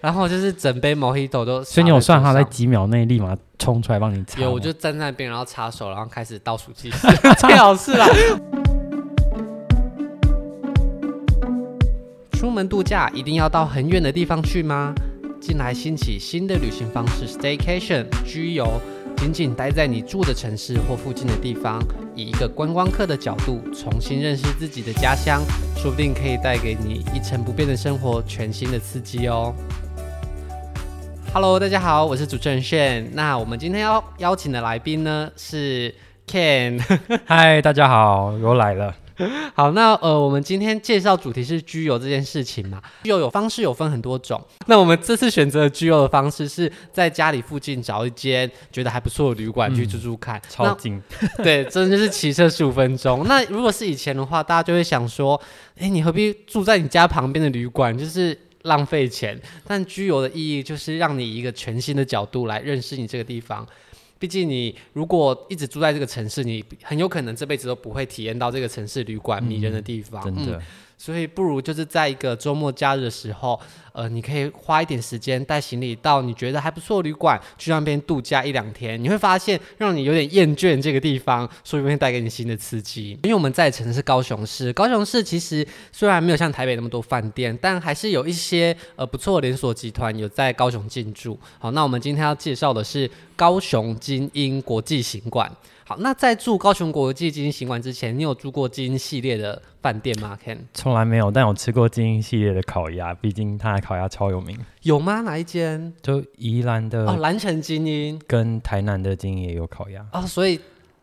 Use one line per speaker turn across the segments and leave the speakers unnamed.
然后就是整杯 Mojito 都，
所以你有算他在？几秒内立马冲出来帮你擦吗？
有，我就站在那边，然后擦手，然后开始倒数计时， 最好是啦。出门度假一定要到很远的地方去吗？近来兴起新的旅行方式 staycation 居游，仅仅待在你住的城市或附近的地方，以一个观光客的角度重新认识自己的家乡，说不定可以带给你一成不变的生活全新的刺激哦。Hello，大家好，我是主持人炫。那我们今天要邀请的来宾呢是 Ken。
嗨，大家好，我来 了。
好，那呃，我们今天介绍主题是居游这件事情嘛。居游有方式有分很多种，那我们这次选择的居游的方式是在家里附近找一间觉得还不错的旅馆去住住看。
超近，
那嗯对，真的就是骑车十五分钟。那如果是以前的话，大家就会想说，哎，你何必住在你家旁边的旅馆？就是。浪费钱，但居游的意义就是让你以一个全新的角度来认识你这个地方。毕竟你如果一直住在这个城市，你很有可能这辈子都不会体验到这个城市旅馆迷人的地方。
真
嗯
的。
所以不如就是在一个周末假日的时候，呃，你可以花一点时间带行李到你觉得还不错的旅馆，去那边度假一两天，你会发现让你有点厌倦这个地方，说不定会带给你新的刺激。因为我们在的城市是高雄市，高雄市其实虽然没有像台北那么多饭店，但还是有一些呃不错的连锁集团有在高雄进驻。好，那我们今天要介绍的是高雄精英国际行馆。好，那在住高雄国际精英行馆之前，你有住过精英系列的饭店吗？Ken？
从来没有，但我吃过精英系列的烤鸭，毕竟它的烤鸭超有名。
有吗？哪一间？
就宜兰
哦，
的
蓝城精英
跟台南的精英也有烤鸭，
哦，所以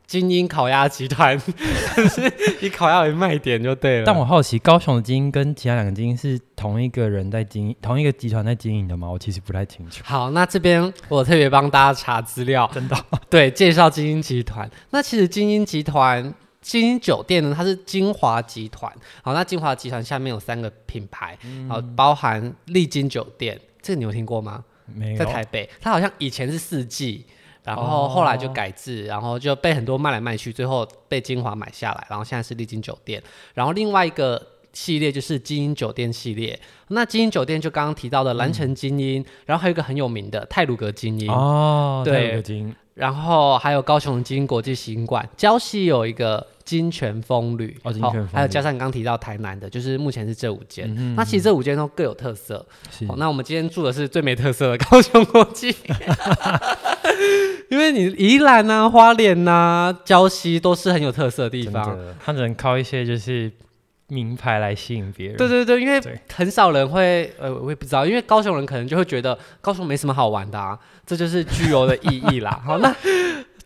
精英烤鸭集团 是以烤鸭为卖点就对了。
但我好奇，高雄的精英跟其他两个精英是同一个人在经营，同一个集团在经营的吗？我其实不太清楚。
好，那这边我特别帮大家查资料，真的 对，介绍精英集团。那其实精英集团。精英酒店呢，它是精华集团。好，那精华集团下面有三个品牌，好，包含丽晶酒店，这个你有听过吗？
没有，
在台北，它好像以前是四季，然后后来就
哦
改制，然后就被很多卖来卖去，最后被金华买下来，然后现在是丽晶酒店，然后另外一个。系列就是精英酒店系列，那精英酒店就刚刚提到的蓝城精英，然后还有一个很有名的泰鲁格精英，
嗯哦，
对
对，有个精英
然后还有高雄精英国际行馆，礁溪有一个金泉风旅，
哦金泉风旅嗯
还有加上刚提到台南的，就是目前是这五间，那其实这五间都各有特色，
是
哦好，那我们今天住的是最没特色的高雄国际，因为你宜兰呐、花莲呐、礁溪都是很有特色的地
真
方。
的，他只能靠一些就是名牌来吸引别人。
对对对，因为
对
很少人会，呃，我也不知道，因为高雄人可能就会觉得高雄没什么好玩的啊，这就是居游的意义 啦。好，那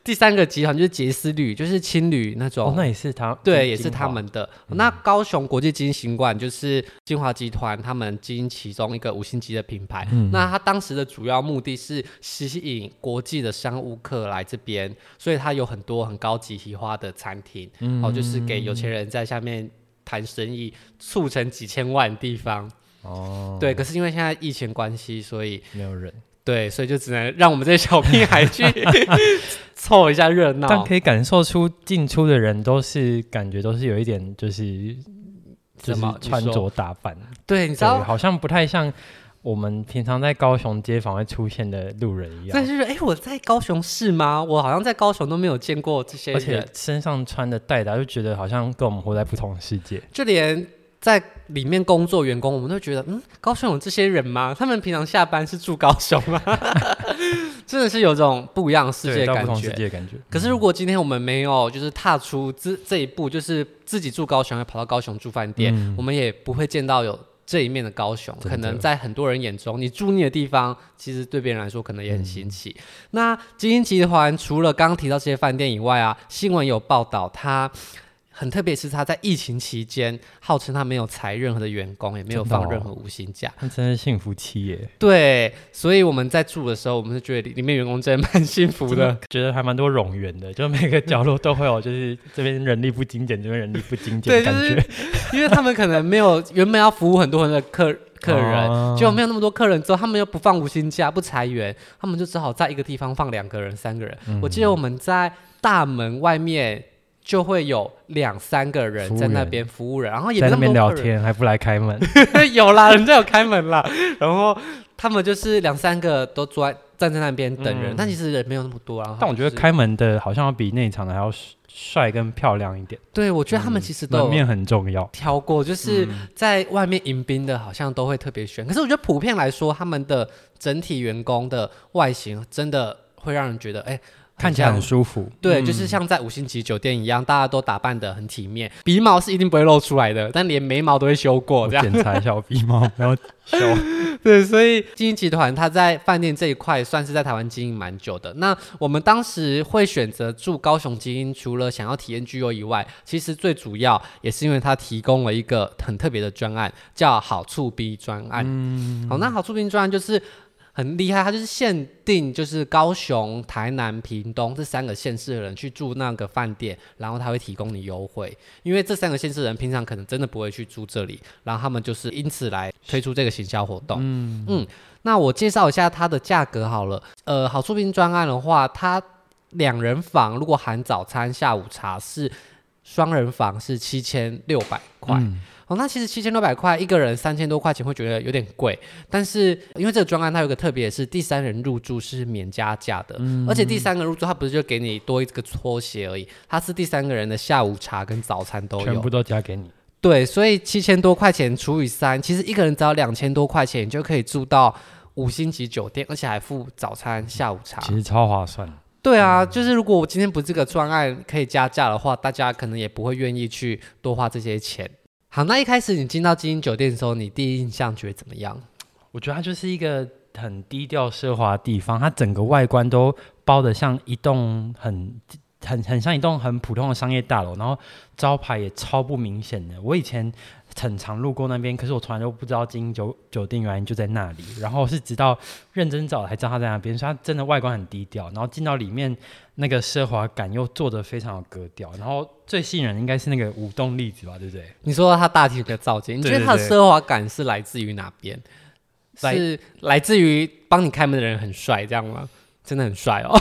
第三个集团就是杰斯旅，就是青旅那种。
哦，那也是他，
对，
精嗯
也是
英
他
吧
们的。那高雄国际精英行馆就是金华集团他们经营其中一个五星级的品牌。
嗯
那它当时的主要目的是吸引国际的商务客来这边，所以它有很多很高级提花的餐厅，
嗯
哦，就是给有钱人在下面谈生意，促成几千万的地方。
哦，
对，可是因为现在疫情关系，所以
没有人，
对，所以就只能让我们这些小屁孩去 凑一下热闹。
但可以感受出进出的人都是感觉都是有一点就是就
什
是
么你
穿
说
着打扮，
对，你知道
对，好像不太像我们平常在高雄街坊会出现的路人一
但
样，
是，哎、我在高雄市吗？我好像在高雄都没有见过这些
而且
人，
身上穿的戴的啊，就觉得好像跟我们活在不同的世界。
就连在里面工作员工，我们都觉得，嗯，高雄有这些人吗？他们平常下班是住高雄吗？ 真的是有种不一样的世
对
界
到
感
不同世
觉。
界的感觉，嗯
可是，如果今天我们没有就是踏出这这一步，就是自己住高雄，要跑到高雄住饭店，我们也不会见到有这一面的高雄。
嗯真的
可能在很多人眼中，你住腻的地方，其实对别人来说可能也很新
嗯
奇。那精英集团除了刚刚提到这些饭店以外啊，新闻有报道它。很特别是，它在疫情期间号称它没有裁任何的员工，也没有
真的
放
哦
任何无薪假。
他真是幸福期耶，
对，所以我们在住的时候，我们是觉得里里面员工真的蛮幸福
真
的。
觉得还蛮多冗员的，就每个角落都会有，就是这边人力不精简，这边人力不精简
对，
的
就
感
是
觉。
因为他们可能没有原本要服务很多人的客客人，
哦
结果没有那么多客人之后，他们又不放无薪假，不裁员，他们就只好在一个地方放两个人、三个人。
嗯
我记得我们在大门外面就会有两三个人在那边服务人，然后也
在
没
那
么
边
多
聊
客人，
天还不来开门，
有啦，人家有开门啦，然后他们就是两三个都坐在站在那边等人，
嗯
但其实人没有那么多。然后他
但
们
我觉
啊就
得
是，
开门的好像要比内场的还要帅跟漂亮一点，
对我觉得他们其实都
嗯门
有
面很重要。
挑过，就是
嗯
在外面迎宾的，好像都会特别选。可是我觉得普遍来说，他们的整体员工的外形真的会让人觉得，哎、
看起来
像
很嗯舒服。
对，就是像在五星级酒店一样，大家都打扮的很体面，鼻毛是一定不会露出来的，但连眉毛都会修过
我
这样。
检查一下我鼻毛，然后修。
对，所以经营集团它在饭店这一块算是在台湾经营蛮久的。那我们当时会选择住高雄精英，除了想要体验居游以外，其实最主要也是因为它提供了一个很特别的专案，叫好处 B 专案。好，那好处 B 专案就是。很厉害，它就是限定，就是高雄、台南、屏东这三个县市的人去住那个饭店，然后他会提供你优惠，因为这三个县市的人平常可能真的不会去住这里，然后他们就是因此来推出这个行销活动。嗯那我介绍一下它的价格好了。呃，好处兵专案的话，它两人房如果含早餐、下午茶是双人房是七千六百块。
嗯
哦，那其实七千六百块一个人三千多块钱会觉得有点贵，但是因为这个专案它有个特别是第三人入住是免加价的，而且第三个人入住它不是就给你多一个拖鞋而已，它是第三个人的下午茶跟早餐都
全
有
部。都加给你。
对，所以七千多块钱除以三，其实一个人只要两千多块钱，你就可以住到五星级酒店，而且还付早餐、下午茶。
其实超划算，
对啊，就是如果我今天不是这个专案可以加价的话，大家可能也不会愿意去多花这些钱。好，那一开始你进到金鹰酒店的时候，你第一印象觉得怎么样？
我觉得它就是一个很低调奢华的地方，它整个外观都包的像一栋很很很像一栋很普通的商业大楼，然后招牌也超不明显的。我以前很常路过那边，可是我从来都不知道金鹰酒酒店原来就在那里，然后是直到认真找了才知道它在那边，所以它真的外观很低调，然后进到里面那个奢华感又做的非常有格调，然后最吸引人应该是那个舞动粒子吧，对不对？
你说它大体的造型，你觉
对
得它的
对对
奢华感是来自于哪边？
来
是来自于帮你开门的人很帅，这样吗？真的很帅哦。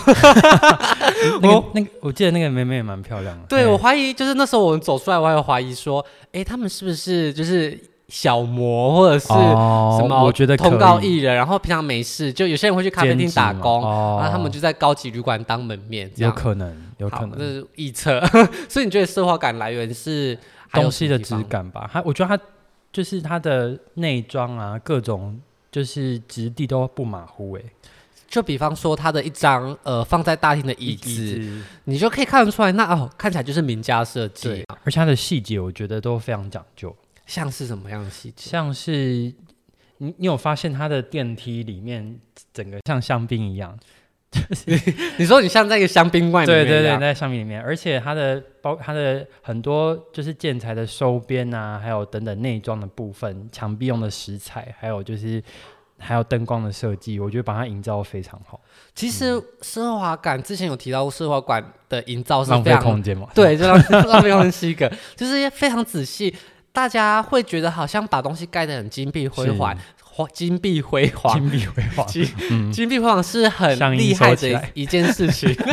那个那个，我记得那个妹妹也蛮漂亮的。
对，我怀疑就是那时候我们走出来，我还有怀疑说，诶，他们是不是就是小模或者是什
哦
么？
我觉得可
通告艺
以
人，然后平常没事，就有些人会去咖啡
兼
厅
职
打
嘛
工，啊
哦
然后他们就在高级旅馆当门面，这
有
样
可能，有
好
可
这
能
是臆测。 所以你觉得奢华感来源是还有
东
什
西
么
的
地
质
方？
感吧。它我觉得它就是它的内装啊，各种就是质地都不马虎欸诶、
就比方说，它的一张呃放在大厅的椅子，
子
你就可以看得出来，那哦看起来就是名家设计
对，，而且它的细节我觉得都非常讲究，
像是什么样的细节？
像是你你有发现它的电梯里面整个像香槟一样，
你说你像在一个香槟罐里面
对
一样，
对对，在上面里面，而且它的包它的很多就是建材的收边啊，还有等等内装的部分，墙壁用的石材，还有就是还有灯光的设计，我觉得把它营造得非常好，
其实
嗯
奢华感之前有提到过，奢华感的营造是
浪
非
费
常
空间嘛。
对，就浪费浪费空间是一个， 就是非常仔细，大家会觉得好像把东西盖得很金碧辉煌，花金碧辉煌，
金碧辉煌，
金金碧辉煌是很
上衣
厉
收
害
起
的
来
一一件事情。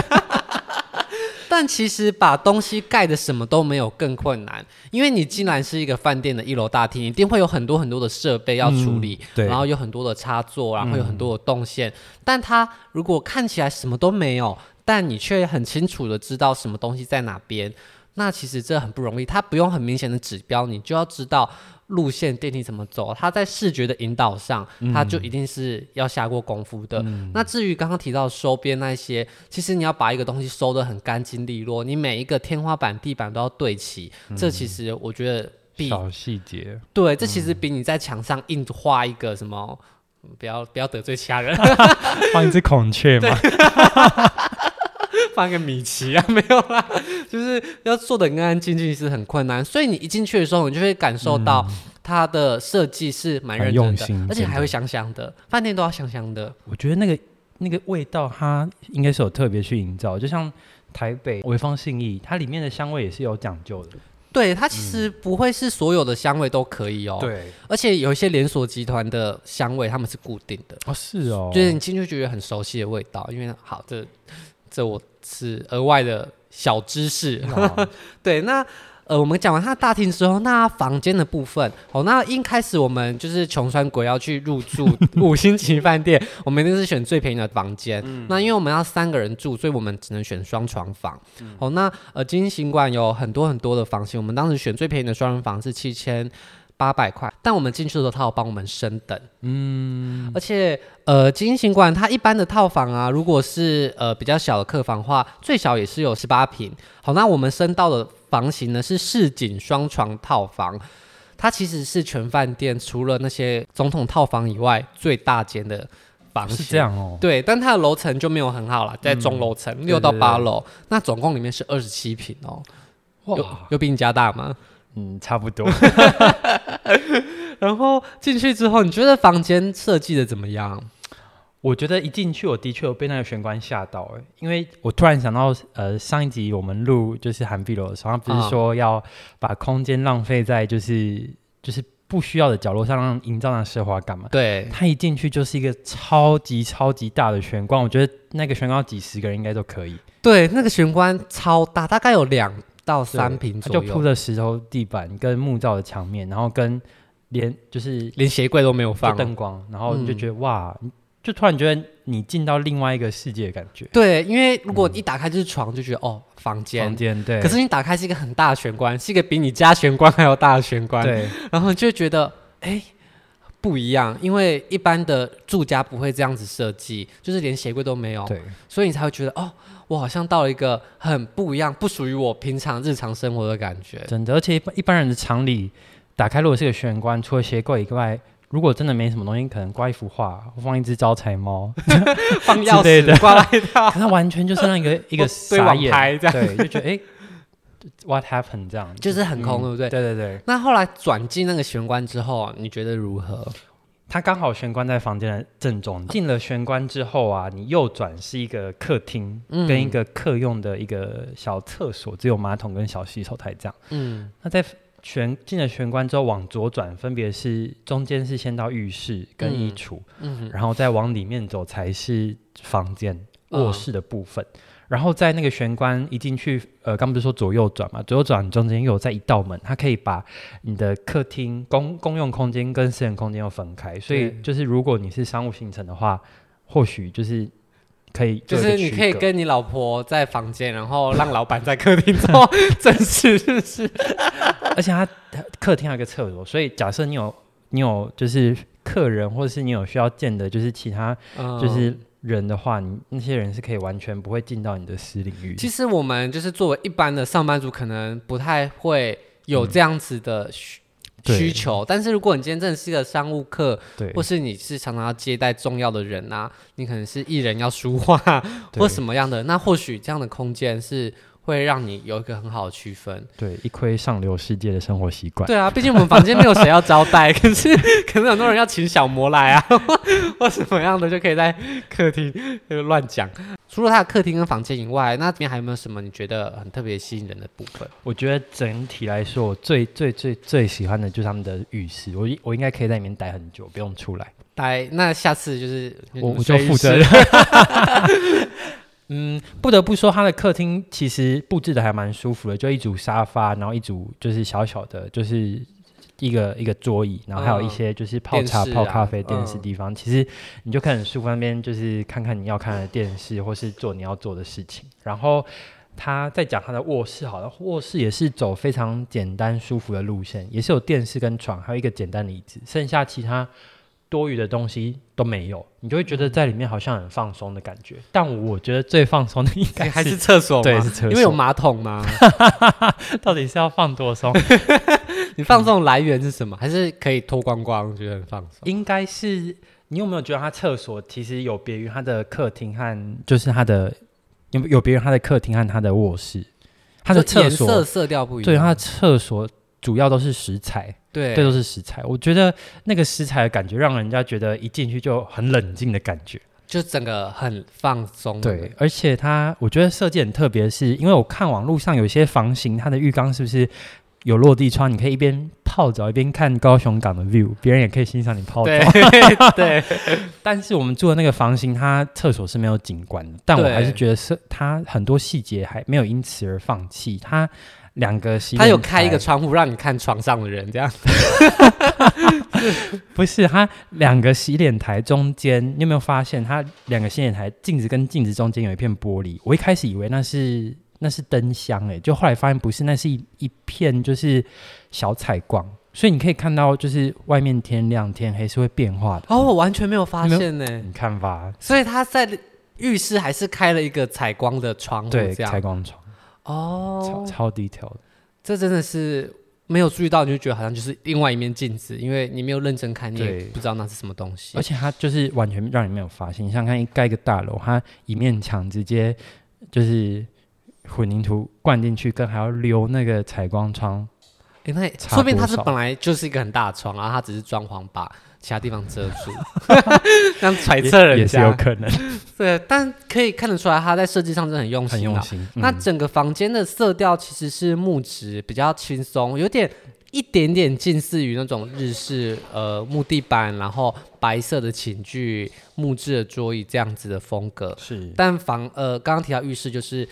但其实把东西盖的什么都没有更困难，因为你既然是一个饭店的一楼大厅，一定会有很多很多的设备要处理，
嗯对
然后有很多的插座，然后有很多的动线。但它如果看起来什么都没有，但你却很清楚的知道什么东西在哪边，那其实这很不容易。它不用很明显的指标，你就要知道路线、电梯怎么走。它在视觉的引导上，它就一定是要下过功夫的。那至于刚刚提到收边那些，其实你要把一个东西收得很干净利落，你每一个天花板、地板都要对齐。这其实我觉得比
小细节，
对，这
嗯
其实比你在墙上硬画一个什么，嗯不要不要得罪其他人，
放一只孔雀嘛，
放一个米奇啊， 没有啦，就是要做的干干净净是很困难。所以你一进去的时候，你就会感受到它的设计是蛮认
嗯很
真
用
的，
心
而且
真
还
的
会香香的，饭店都要香香的。
我觉得那个那个味道，它应该是有特别去营造，就像台北潍坊信义，它里面的香味也是有讲究的。
对，它其实不会是所有的香味都可以哦。，
嗯对，
而且有一些连锁集团的香味，他们是固定的，
哦是哦，
就是你进去觉得很熟悉的味道。因为好，这这我是额外的小知识。
哇
对，那。呃，我们讲完它的大厅之后，那房间的部分，哦，那一开始我们就是穷酸鬼要去入住五星级饭店，我们一定是选最便宜的房间。那因为我们要三个人住，所以我们只能选双床房。哦，那呃，金星馆有很多很多的房型，我们当时选最便宜的双人房是七千。八百块，但我们进去的时候，他有帮我们升等，嗯，而且呃，金星馆它一般的套房啊，如果是呃比较小的客房的话，最小也是有十八平。好，那我们升到的房型呢是市井双床套房，它其实是全饭店除了那些总统套房以外最大间的房型。
是这。样哦。
对，但它的楼层就没有很好了，在中楼层六到
对对
八楼，那总共里面是二十七平哦，有
哇，
有比你家大吗？
嗯，差不多。
然后进去之后，你觉得房间设计的怎么样？
我觉得一进去，我的确有被那个玄关吓到、欸，因为我突然想到，呃，上一集我们录就是韩碧楼的时候，他不
啊
是说要把空间浪费在就是就是不需要的角落上，让营造那奢华感嘛。
对，
他一进去就是一个超级超级大的玄关，我觉得那个玄关几十个人应该都可以，
对，那个玄关超大，大概有两到三平
他
左
就
右，
铺着石头地板跟木造的墙面，然后跟连就是
连鞋柜都没有
就
放。
灯光，然后你
嗯
就觉得、哇，就突然觉得你进到另外一个世界的感觉。
对，因为如果一打开就是床，就觉得哦，房间
房。间对，
可是你打开是一个很大的玄关，是一个比你家玄关还要大的玄关。
对。
然后你就会觉得，哎、不一样，因为一般的住家不会这样子设计，就是连鞋柜都没有，
对，
所以你才会觉得，哦，我好像到了一个很不一样、不属于我平常日常生活的感觉。
真的，而且一般一般人的常理，打开如果是个玄关，除了鞋柜以外，如果真的没什么东西，可能挂一幅画，放一只招 财猫，
放
之
钥
类的嗯
匙挂外 套，
可它完全就是让一个 一个
或堆
傻
网
眼，
拍这样
对，就觉得哎、w h a t happened 这样，
就是很空，对不对？
对对对，
那后来转进那个玄关之后，你觉得如何？
它刚好玄关在房间的正中，进了玄关之后啊，你右转是一个客厅，
嗯
跟一个客用的一个小厕所，只有马桶跟小洗手台这样。
嗯，
那在玄进了玄关之后，往左转，分别是中间是先到浴室跟衣
嗯
橱，
嗯
然后再往里面走才是房间
嗯
卧室的部分。然后在那个玄关一进去，呃，刚不是说左右转嘛，左右转中间又有在一道门，它可以把你的客厅公公用空间跟私人空间又分开。所以
对
就是如果你是商务行程的话，或许就是可以
就
做
是
一个
你
区
可以
隔
跟你老婆在房间，然后让老板在客厅做 正式日式。
而且它它客厅还有一个厕所，所以假设你有你有就是客人，或者是你有需要见的，就是其他
嗯
就是人的话，你那些人是可以完全不会进到你的私领域。
其实我们就是作为一般的上班族，可能不太会有这样子的需
嗯对
需求。但是如果你今天真的是一个商务客，
对，
或是你是常常要接待重要的人啊，你可能是艺人要书画
对
或什么样的，那或许这样的空间是会让你有一个很好的区分。
对一窥上流世界的生活习惯。
对啊，毕竟我们房间没有谁要招 待，可是可能很多人要请小魔来啊， 或什么样的就可以在客厅呃乱讲。除了他的客厅跟房间以外，那里面还有没有什么你觉得很特别吸引人的部分？
我觉得整体来说，我最最最最喜欢的就是他们的浴室。我我应该可以在里面待很久，不用出来。
来，那下次就是
我
你
我就
睡
负
浴 室
责任。嗯，不得不说，他的客厅其实布置的还蛮舒服的，就一组沙发，然后一组就是小小的，就是一个一个桌椅，然后还有一些就是泡茶、
电视啊
泡咖啡、电视
嗯
地方。其实你就可以很舒服，那边就是看看你要看的电视，或是做你要做的事情。然后他再讲他的卧室，好了，卧室也是走非常简单舒服的路线，也是有电视跟床，还有一个简单的椅子，剩下其他多余的东西都没有，你就会觉得在里面好像很放松的感觉。但我觉得最放松的应 该
还是厕所吗？
对是厕所
因为有马桶 吗？
到底是要放多 松？
你放松的来源是什么？还是可以脱光光，觉得很放松？
应该是你有没有觉得他厕所其实有别于他的客厅和就是他的有有别于他的客厅和他的卧室，他的
就
厕
颜色
所
色调不一样，
对他的厕所主要都是石材，
对
这都是石材。我觉得那个石材的感觉让人家觉得一进去就很冷静的感觉。
就整个很放松。
对，，而且它我觉得设计很特别是，因为我看网络上有些房型，它的浴缸是不是有落地窗？你可以一边泡澡一边看高雄港的 view，别人也可以欣赏你泡 澡。
对对，
但是我们住的那个房型，它厕所是没有景观的，但我
对
还是觉得是它很多细节还没有因此而放弃。它两个洗
他有
脸
开一个
台，
窗户让你看床上的人，这样
不是他两个洗脸台中间，你有没有发现他两个洗脸台镜子跟镜子中间有一片玻璃？我一开始以为那是那是灯箱、欸，就后来发现不是，那是一一片就是小采光，所以你可以看到就是外面天亮天黑是会变化的。
哦，我完全没有发
你没有
现呢、
你看吧，
所以他在浴室还是开了一个采光的窗户，
对，
这
采
样
光窗超
哦，
超 detail 的。
这真的是没有注意到，你就觉得好像就是另外一面镜子，因为你没有认真看，你也
对
不知道那是什么东西
而。且它就是完全让你没有发现。你想想看，一盖一个大楼，它一面墙直接就是混凝土灌进去，跟还要留那个采光窗，
诶那
差
说不定它
多
是
少
本来就是一个很大的床，然后它只是装潢把其他地方遮 住，这样揣测
也
人
是有
家。
可能，
对，但可以看得出来，他在设计上真的很用
很
心
用
啊。
心。
那
嗯
整个房间的色调其实是木质，比较轻松，有点一点点近似于那种日式呃木地板，然后白色的寝具、木质的桌椅这样子的风格。
是
但房呃刚刚提到浴室就是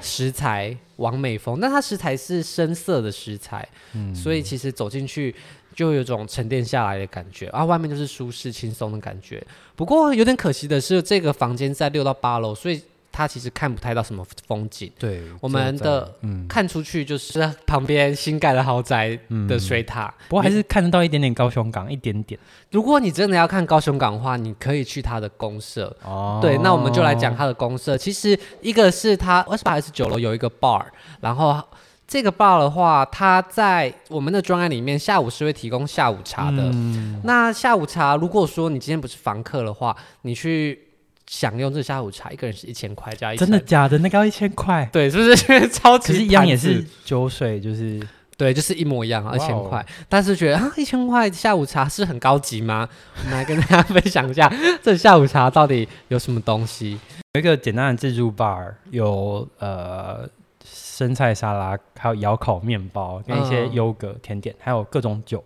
食材完美风，那它食材是深色的食材，所以其实走进去。就有一种沉淀下来的感觉，啊，外面就是舒适轻松的感觉。不过有点可惜的是，这个房间在六到八楼，所以它其实看不太到什么风景。
对
我们
这
的
个在嗯，
看出去就是旁边新盖的豪宅的水塔。
不过还
你
是看得到一点点高雄港，一点点
如果你真的要看高雄港的话，你可以去它的公社。
哦
对，那我们就来讲它的公社。其实一个是它二十八还是九楼有一个 bar，然后这个 bar 的话，它在我们的专案里面下午是会提供下午茶的。
嗯
那下午茶，如果说你今天不是房客的话，你去享用这下午茶，一个人是一千块加一
真的假的？那个要一千块，
对，是不是 超级
可是一样
盘
也
子
是酒水，就是
对，就是一模一样，啊，
哇哦
一千块。但是觉得啊，一千块下午茶是很高级吗？我们来跟大家分享一下， 这下午茶到底有什么东西？
有一个简单的自助 bar，有呃生菜沙拉，还有窑烤面包跟一些
嗯
优格甜点，还有各种酒。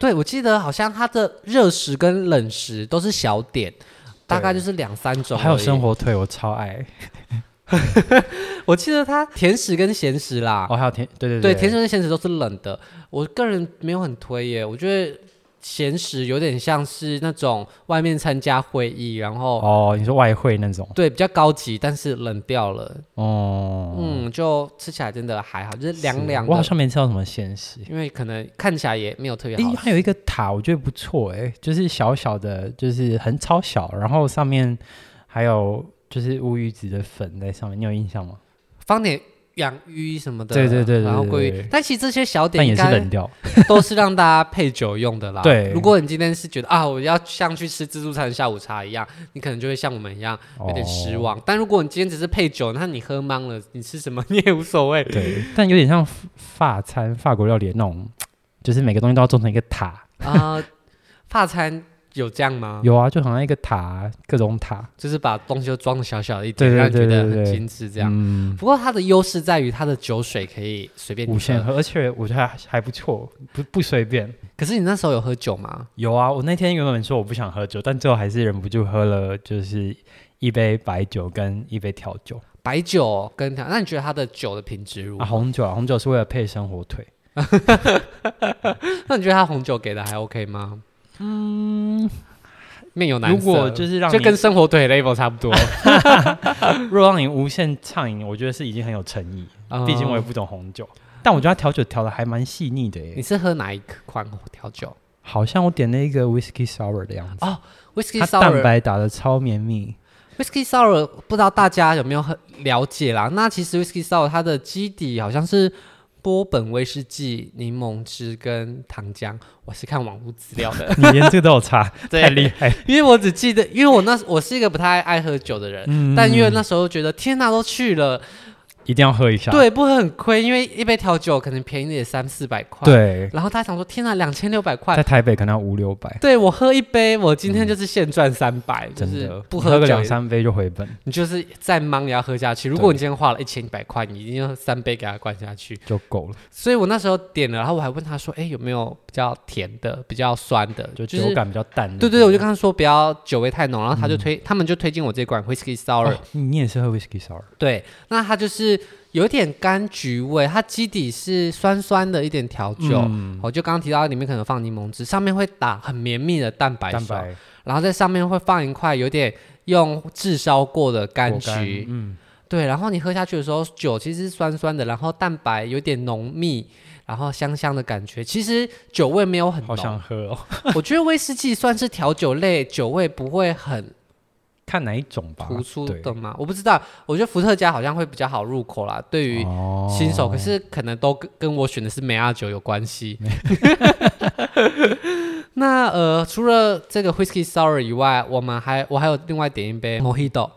对，我记得好像它的热食跟冷食都是小点，大概就是两三种。
还有生，火腿，我超爱。
我记得它甜食跟咸食啦，
哦，还有甜，对对
啊对，甜食跟咸食都是冷的。我个人没有很推耶，我觉得咸食有点像是那种外面参加会议，然后、
哦，你说外汇那种，
对比较高级，但是冷掉了。
哦，
嗯，就吃起来真的还好，就是凉
是
凉
我好
的，
像没吃到什么鲜食。
因为可能看起来也没有特别
诶，
好
它有一个塔，我觉得不错，诶，就是小小的，就是很超小，然后上面还有就是乌鱼子的粉在上面，你有印象吗？
放点洋芋什么的，
对对对对
然后
对
鲑
对
鱼
对，
但其实这些小
但
点
也
应
是
该
冷掉，
都是让大家配酒用的啦。
对
如果你今天是觉得啊，我要像去吃自助餐的下午茶一样，你可能就会像我们一样有点失
哦。
望。但如果你今天只是配酒，那你喝懵了，你吃什么你也无所 谓。
对，但有点像法餐、法国料理的那种，就是每个东西都要做成一个塔。
啊，法餐有这样吗？
有啊，就好像一个塔，各种塔。
就是把东西都装的小小的一点，
对对
让你觉
对
得
对
很
对
精致这样。
嗯，
不过它的优势在于它的酒水可以随便你
无限
喝。
喝，而且我觉得还还不错，不不随便。
可是你那时候有喝酒吗？
有啊，我那天原本说我不想喝酒，但最后还是忍不住喝了，就是一杯白酒跟一杯调酒
白酒跟调，那你觉得它的酒的品质如何？
啊，红酒啊，红酒是为了配生火腿。
那你觉得它红酒给的还 OK 吗？嗯，面有难色。
如果就是让
就
你，
跟生火腿 level 差不多，
如果让你无限畅饮，我觉得是已经很有诚意。
嗯
毕竟我也不懂红酒，但我觉得他调酒调的还蛮细腻的
你
耶，
是喝哪一款调酒
好像我点了一个 whiskey sour 的样子，
？Whisky
它蛋
sour，Whisky
白打的超绵密。
sour 不知道大家有没有很了解啦？那其实 Whisky sour 它的基底好像是波本威士忌、柠檬汁跟糖浆，我是看网络资料 的。
你连这个都有查，
对
太厉害。
因为我只记得，因为我那我是一个不太爱喝酒的人，
嗯
但因为那时候觉得天哪，都去了，
一定要喝一下。
对，不喝很亏，因为一杯调酒可能便宜也三四百块，。
对，
然后他想说，天哪，两千六百块
在，台北可能要五六百，
对我喝一杯，我今天就是现赚三百、就
嗯真
是
的
不
喝个
酒
两
也，
三杯就回本
你就是再忙也要喝下去。如果你今天花了一千一百块，你一定要三杯给他灌下去。
就够了，
所以我那时候点了，然后我还问他说，哎，有没有比较甜的、比较酸的，
就
就是
酒感比嗯较淡一点。
对对，对我就跟他说不要酒味太浓，然后他就推，他们就推荐我这款 Whisky Sour，、
哦你也是喝 whisky sour，
对，那它就是是有点柑橘味，它基底是酸酸的一点调酒。哦
嗯
我就刚刚提到，里面可能放柠檬汁，上面会打很绵密的蛋白
蛋
霜，
白
然后在上面会放一块有点用炙烧过的柑
果干
橘，
嗯，
对，然后你喝下去的时候，酒其实是酸酸的，然后蛋白有点浓密，然后香香的感觉。其实酒味没有很
好想
浓，
喝哦。
我觉得威士忌算是调酒类，酒味不会很
看哪一种吧，
突出
啊对
的嘛。我不知道，我觉得伏特加好像会比较好入口啦，对于
哦
新手。可是可能都跟跟我选的是梅亚酒有关 系。 那呃，除了这个 whisky sour 以外，我们还我还有另外点一杯 mojito。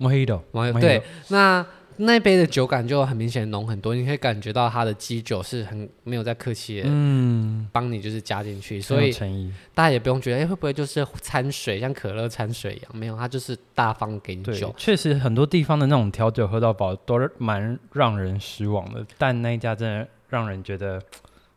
Mojito，
网友
Mojito
对，那那杯的酒感就很明显浓很多，你可以感觉到它的基酒是很没有在客气的
嗯，
帮你就是加进去，
很
所
有
以
诚意，
大家也不用觉得哎、诶会不会就是掺水像可乐掺水一样，没有，它就是大方给你
对
酒，。
确实很多地方的那种调酒喝到饱都蛮让人失望的，但那一家真的让人觉得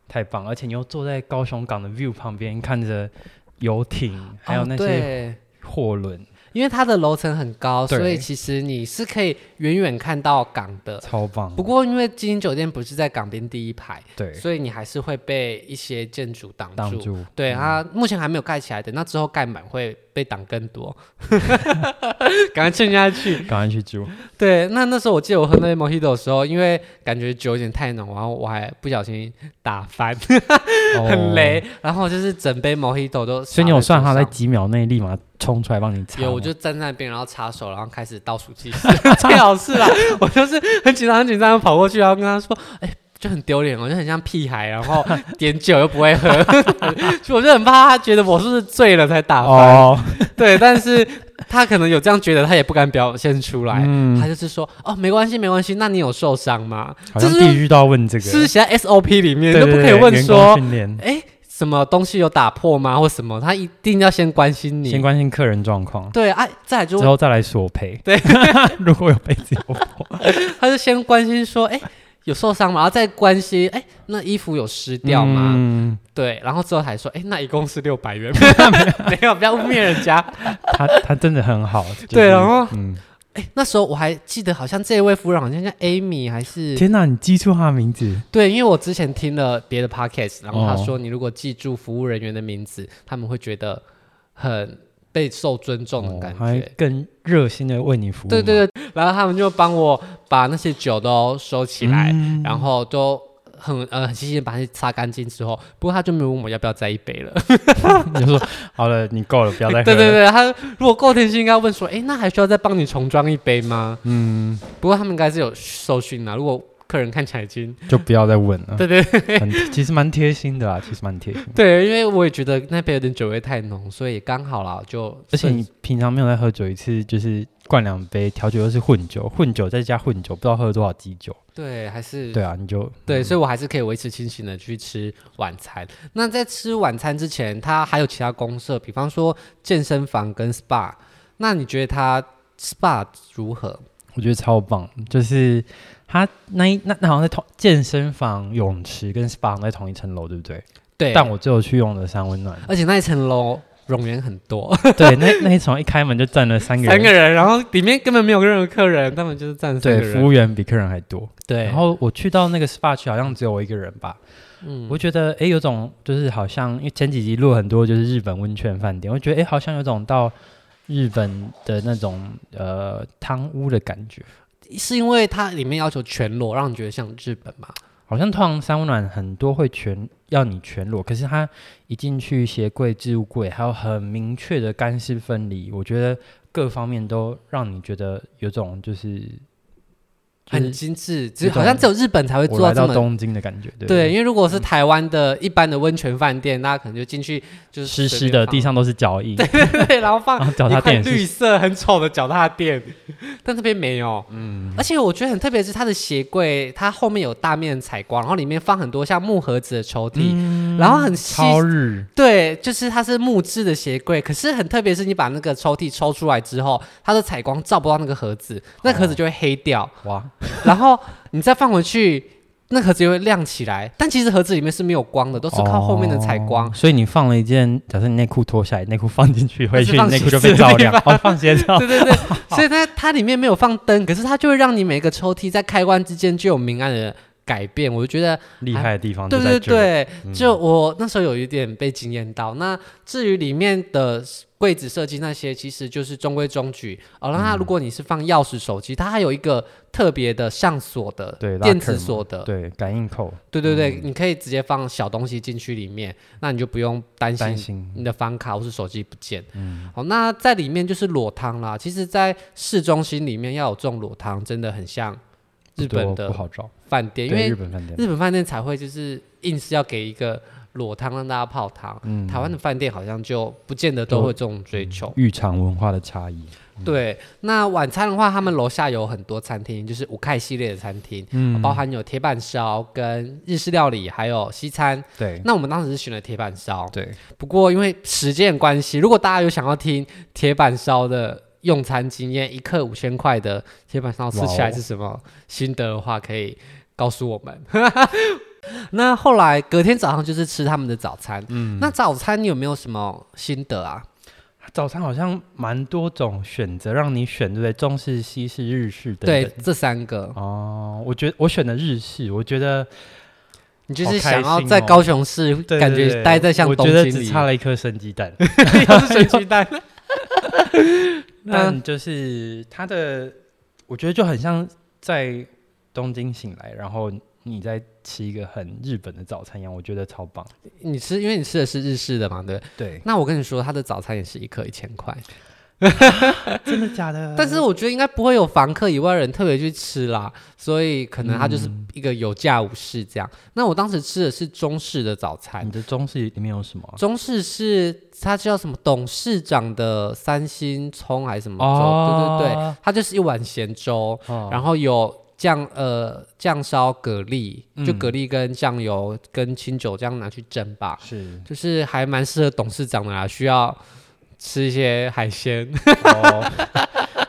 太棒，而且你又坐在高雄港的 view 旁边，看着游艇，还有
哦
那些
对，
货轮，
因为它的楼层很高，
对
所以其实你是可以远远看到港的。
超棒。
呃不过因为金鹰酒店不是在港边第一排，
对，
所以你还是会被一些建筑挡
挡
住。
住，嗯
对，它目前还没有盖起来的，那之后盖满会被挡更多， 赶快趁下去。
赶快 去住。
对，那那时候我记得我喝那杯 Mojito 的时候，因为感觉酒有点太浓，然后我还不小心打翻，很雷，然后就是整杯 Mojito 都洒在桌上。
哦所以你有算他在几秒内立马冲出来帮你擦吗？哦
有，我就站在那边，然后擦手，然后开始倒数计 时。最好是啦，我就是很紧张、很紧张地跑过去，然后跟他说：“哎、就很丢脸，我就很像屁孩，然 后点酒又不会喝， 所以我就很怕他觉得我是不是醉了才打翻。
哦，
对，但是他可能有这样觉得，他也不敢表现出来。
嗯
他，就是说，哦，没关系，没关系。那你有受伤吗？
好像
这是
地狱都要问这个，
是不是写在 SOP 里面
对
都
对
不可以
对
问
员工
说，
训练，
哎、什么东西有打破吗，或什么？他一定要先关心你。
先关心客人状况，
对啊，再来就
之后再来索赔。
对，
如果有被自由泼，
他就先关心说，哎、有受伤吗？然后再关心，哎、那衣服有湿掉吗？
嗯，
对，然后之后才说，哎、那一共是六百 元，没有，不要污蔑人家。
他他真的很好。就是
对然后
嗯，
哎、那时候我还记得，好像这一位服务长好像叫 Amy 还是
天哪，你记住他的名字，
对，因为我之前听了别的 podcast，然后他
哦
说，你如果记住服务人员的名字，他们会觉得很备受尊重的
哦
感觉。
他还更热心的为你服务嘛。
对对对，然后他们就帮我把那些酒都收起来，
嗯
然后都很呃很细心地把它擦干净之后，不过他就没有问我要不要再一杯了。
你就说好了，你够了，不要再喝。
对对，对，他如果够贴心，应该问说，哎，那还需要再帮你重装一杯吗？
嗯，
不过他们应该是有受训啦，如果客人看起来已经
就不要再问了。
对对
很其实蛮贴心的啦，啊其实蛮贴心。
对，因为我也觉得那杯有点酒味太浓，所以刚好啦，就
而且
顺
你平常没有在喝酒，一次就是灌两杯调酒，又是混酒，混酒再加混酒，不知道喝了多少基酒。
对还是
对啊，你就
对，所以我还是可以维持清醒的去吃晚餐。那在吃晚餐之前，它还有其他公社，比方说健身房跟 SPA。那你觉得它 SPA 如何？
我觉得超棒，就是他那一那那好像在同健身房、泳池跟 SPA 好像在同一层楼，对不对？
对，
但我只有去用了三温暖。
而且那一层楼冗员很多，
对，那那一层一开门就站了 三个人，
三个人，然后里面根本没有任何客人，他们就是站三个，
对
人。
服务员比客人还多。
对，
然后我去到那个 SPA 区，好像只有我一个人吧。
嗯
我觉得诶，有种就是好像，因为前几集录很多就是日本温泉饭店，我觉得诶，好像有种到日本的那种呃汤屋的感觉。
是因为它里面要求全裸，让你觉得像日本嘛？
好像通常三温暖很多会全要你全裸，可是它一进去鞋柜、置物柜，还有很明确的干湿分离，我觉得各方面都让你觉得有种就是
很
就是
精致，只
这种
好像只有日本才会
我
做
来
这
到
么
东京的嗯感觉，对不
对，因为如果是台湾的一般的温泉饭店，大家可能就进去就是随
湿湿
便
的，
放
地上都是脚印，对，
对，然后放
然后脚
一
踏
块
垫也
绿
是，
色很丑的脚踏垫， 但这边没有。
嗯，
而且我觉得很特别的是它的鞋柜，它后面有大面采光，然后里面放很多像木盒子的抽屉，然后很细
超日，
对，就是它是木质的鞋柜，可是很特别是你把那个抽屉抽出来之后，它的采哦光照不到那个盒子，那盒子就会黑掉，
哇，
然后你再放回去。那盒子就会亮起来，但其实盒子里面是没有光的，都是靠后面的采光。
哦所以你放了一件，假设你内裤脱下来，内裤放进去，回去
那是放
内裤就
鞋
被
子的地
照亮，
方
哦，放鞋照。
对对 对，所以它它里面没有放灯，可是它就会让你每个抽屉在开关之间就有明暗的改变。我就觉得，
厉害的地方
对
就在
对
这里。嗯
对，就我那时候有一点被惊艳到。那至于里面的柜子设计那些，其实就是中规中矩。哦，那它
嗯
如果你是放钥匙、手机，它还有一个特别的上锁的，
对
电
locker
子
嘛
锁的，
对，嗯感应扣，
对对对，你可以直接放小东西进去里面，那你就不用担
担
心
心。
你的房卡或是手机不见。
嗯
好，那在里面就是裸汤啦。其实，在市中心里面要有这种裸汤，真的很像日
不多
本的
不好找，
饭店，因
对
为
日本饭店
日本饭店才会就是硬是要给一个裸汤让大家泡汤。
嗯
台湾的饭店好像就不见得都会这种追求。
浴场文化的差异。
对，那晚餐的话，他们楼下有很多餐厅，就是五开系列的餐厅，
嗯
包含有铁板烧、跟日式料理，还有西餐。
对
那我们当时是选了铁板烧，
对，
不过因为时间的关系，如果大家有想要听铁板烧的用餐经验，一克五千块的铁板烧吃起来是什么心得的话，可以告诉我们。 那后来隔天早上就是吃他们的早餐，嗯，那早餐你有没有什么心得啊？
早餐好像蛮多种选择让你选，对不对？中式、西式、日式等
对
等。，
这三个，
哦，我觉得我选的日式，我觉得
你就是
好开
想
心哦
要在高雄市
对
感
对
觉
对
待在像
我
东
觉得
京
只
里，
差 了一颗生鸡 蛋，
又是水鸡蛋，
但就是它的，我觉得就很像在东京醒来，然后你在吃一个很日本的早餐一样，我觉得超棒。
你吃，因为你吃的是日式的嘛，对不对。
对，
那我跟你说，他的早餐也是一克一千块，
真的假的？
但是我觉得应该不会有房客以外的人特别去吃啦，所以可能它就是
嗯
一个有价无市这样。那我当时吃的是中式的早餐哦
你，的中式里面有什么啊？
中式是它叫什么董事长的三星葱还是什么粥？
哦
对对对，它就是一碗咸粥，
哦
然后有。酱呃酱烧蛤蜊，就
嗯
蛤蜊跟酱油跟清酒这样拿去蒸吧，
是
就是还蛮适合董事长的啦，需要吃一些海鲜。
哦，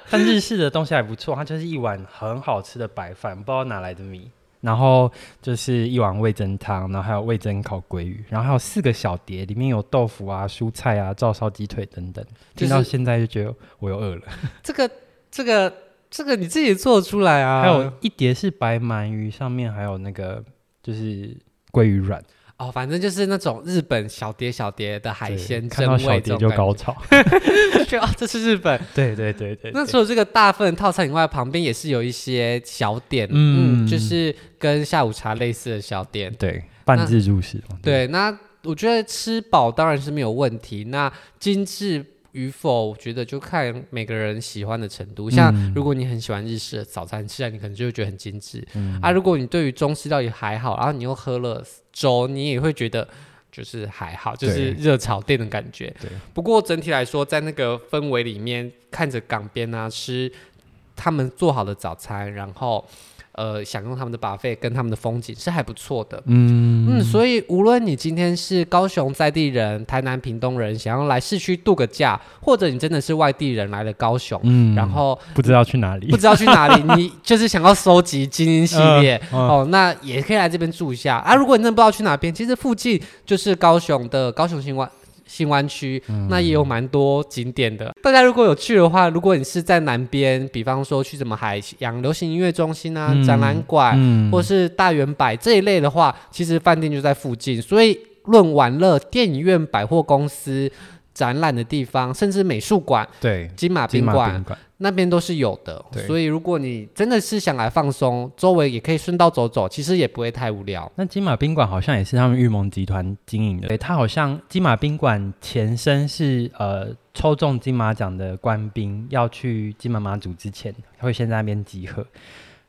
但日式的东西还不错，它就是一碗很好吃的白饭，不知道哪来的米，然后就是一碗味噌汤，然后还有味噌烤鲑鱼，然后还有四个小碟，里面有豆腐啊、蔬菜啊、照烧鸡腿等等。
就是
听到现在就觉得我又饿了。
这个这个这个你自己做出来啊！
还有一碟是白鳗鱼，上面还有那个就是鲑鱼软，
哦，反正就是那种日本小碟小碟的海
对
鲜
看
真
到
味，
小碟就 高，潮。
就啊，这是日本。
对对对对
那
对
除了这个大份套餐以外，旁边也是有一些小点，嗯
嗯
就是跟下午茶类似的小点。
对半自助式嘛，
对，那我觉得吃饱当然是没有问题，那精致。与否，我觉得就看每个人喜欢的程
嗯
度。像如果你很喜欢日式的早餐，吃起来你可能就会觉得很精致、
嗯
啊。如果你对于中式料理还好，然后你又喝了粥，你也会觉得就是还好，就是
对
热炒店的感觉。
对。
不过整体来说，在那个氛围里面，看着港边啊，吃他们做好的早餐，然后呃享用他们的 buffet 跟他们的风景是还不错的。
嗯
嗯，所以无论你今天是高雄在地人、台南、屏东人，想要来市区度个假，或者你真的是外地人来了高雄，
嗯
然后
不知道去哪里
不。知道去哪里， 你就是想要收集精英系列、
嗯嗯
哦，那也可以来这边住一下啊。如果你真的不知道去哪边，其实附近就是高雄的高雄新湾。新湾区
嗯
那也有蛮多景点的，大家如果有去的话，如果你是在南边，比方说去什么海洋流行音乐中心啊、
嗯
展览馆，
嗯
或是大圆百这一类的话，其实饭店就在附近，所以论玩乐，电影院、百货公司、展览的地方，甚至美术馆、
对，
金马
金
宾
马
馆
宾馆
那边都是有的。
对
所以如果你真的是想来放松，周围也可以顺道走走，其实也不会太无聊。
那金马宾馆好像也是他们玉盟集团经营的，对，它好像金马宾馆前身是呃抽中金马奖的官兵要去金马马祖之前，会先在那边集合，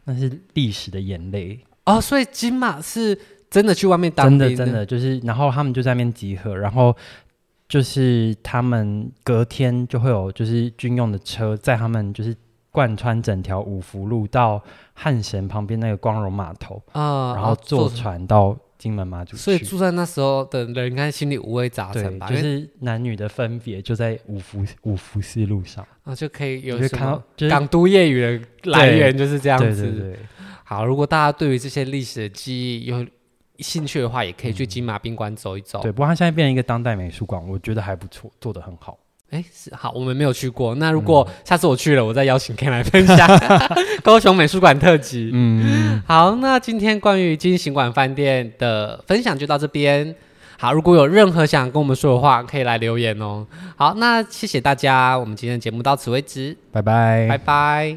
那是历史的眼泪，
哦，所以金马是真的去外面当
真
兵
的真的就是，然后他们就在那边集合，然后就是他们隔天就会有就是军用的车载他们就是贯穿整条五福路到汉神旁边那个光荣码头，
啊，
然后坐船到金门马祖
所以
去。
住在那时候的人应该心里五味杂
对
陈，吧，
就
因为
是男女的分别就在五福五福寺路上，
啊就可以
你
有
就
什
看到
么
就是
港都夜雨的来源就是这样
对
子。
对对，
好，如果大家对于这些历史的记忆有兴趣的话，也可以去金马宾馆走一走。
对，不过它现在变成一个当代美术馆，我觉得还不错，做的很好。
哎，是好，我们没有去过。那如果下次我去了，我再邀请 Ken 来分享 高雄美术馆特辑。嗯，好，那今天关于金行馆饭店的分享就到这边。好，如果有任何想跟我们说的话，可以来留言哦。好，那谢谢大家，我们今天的节目到此为止，
拜拜，
拜拜。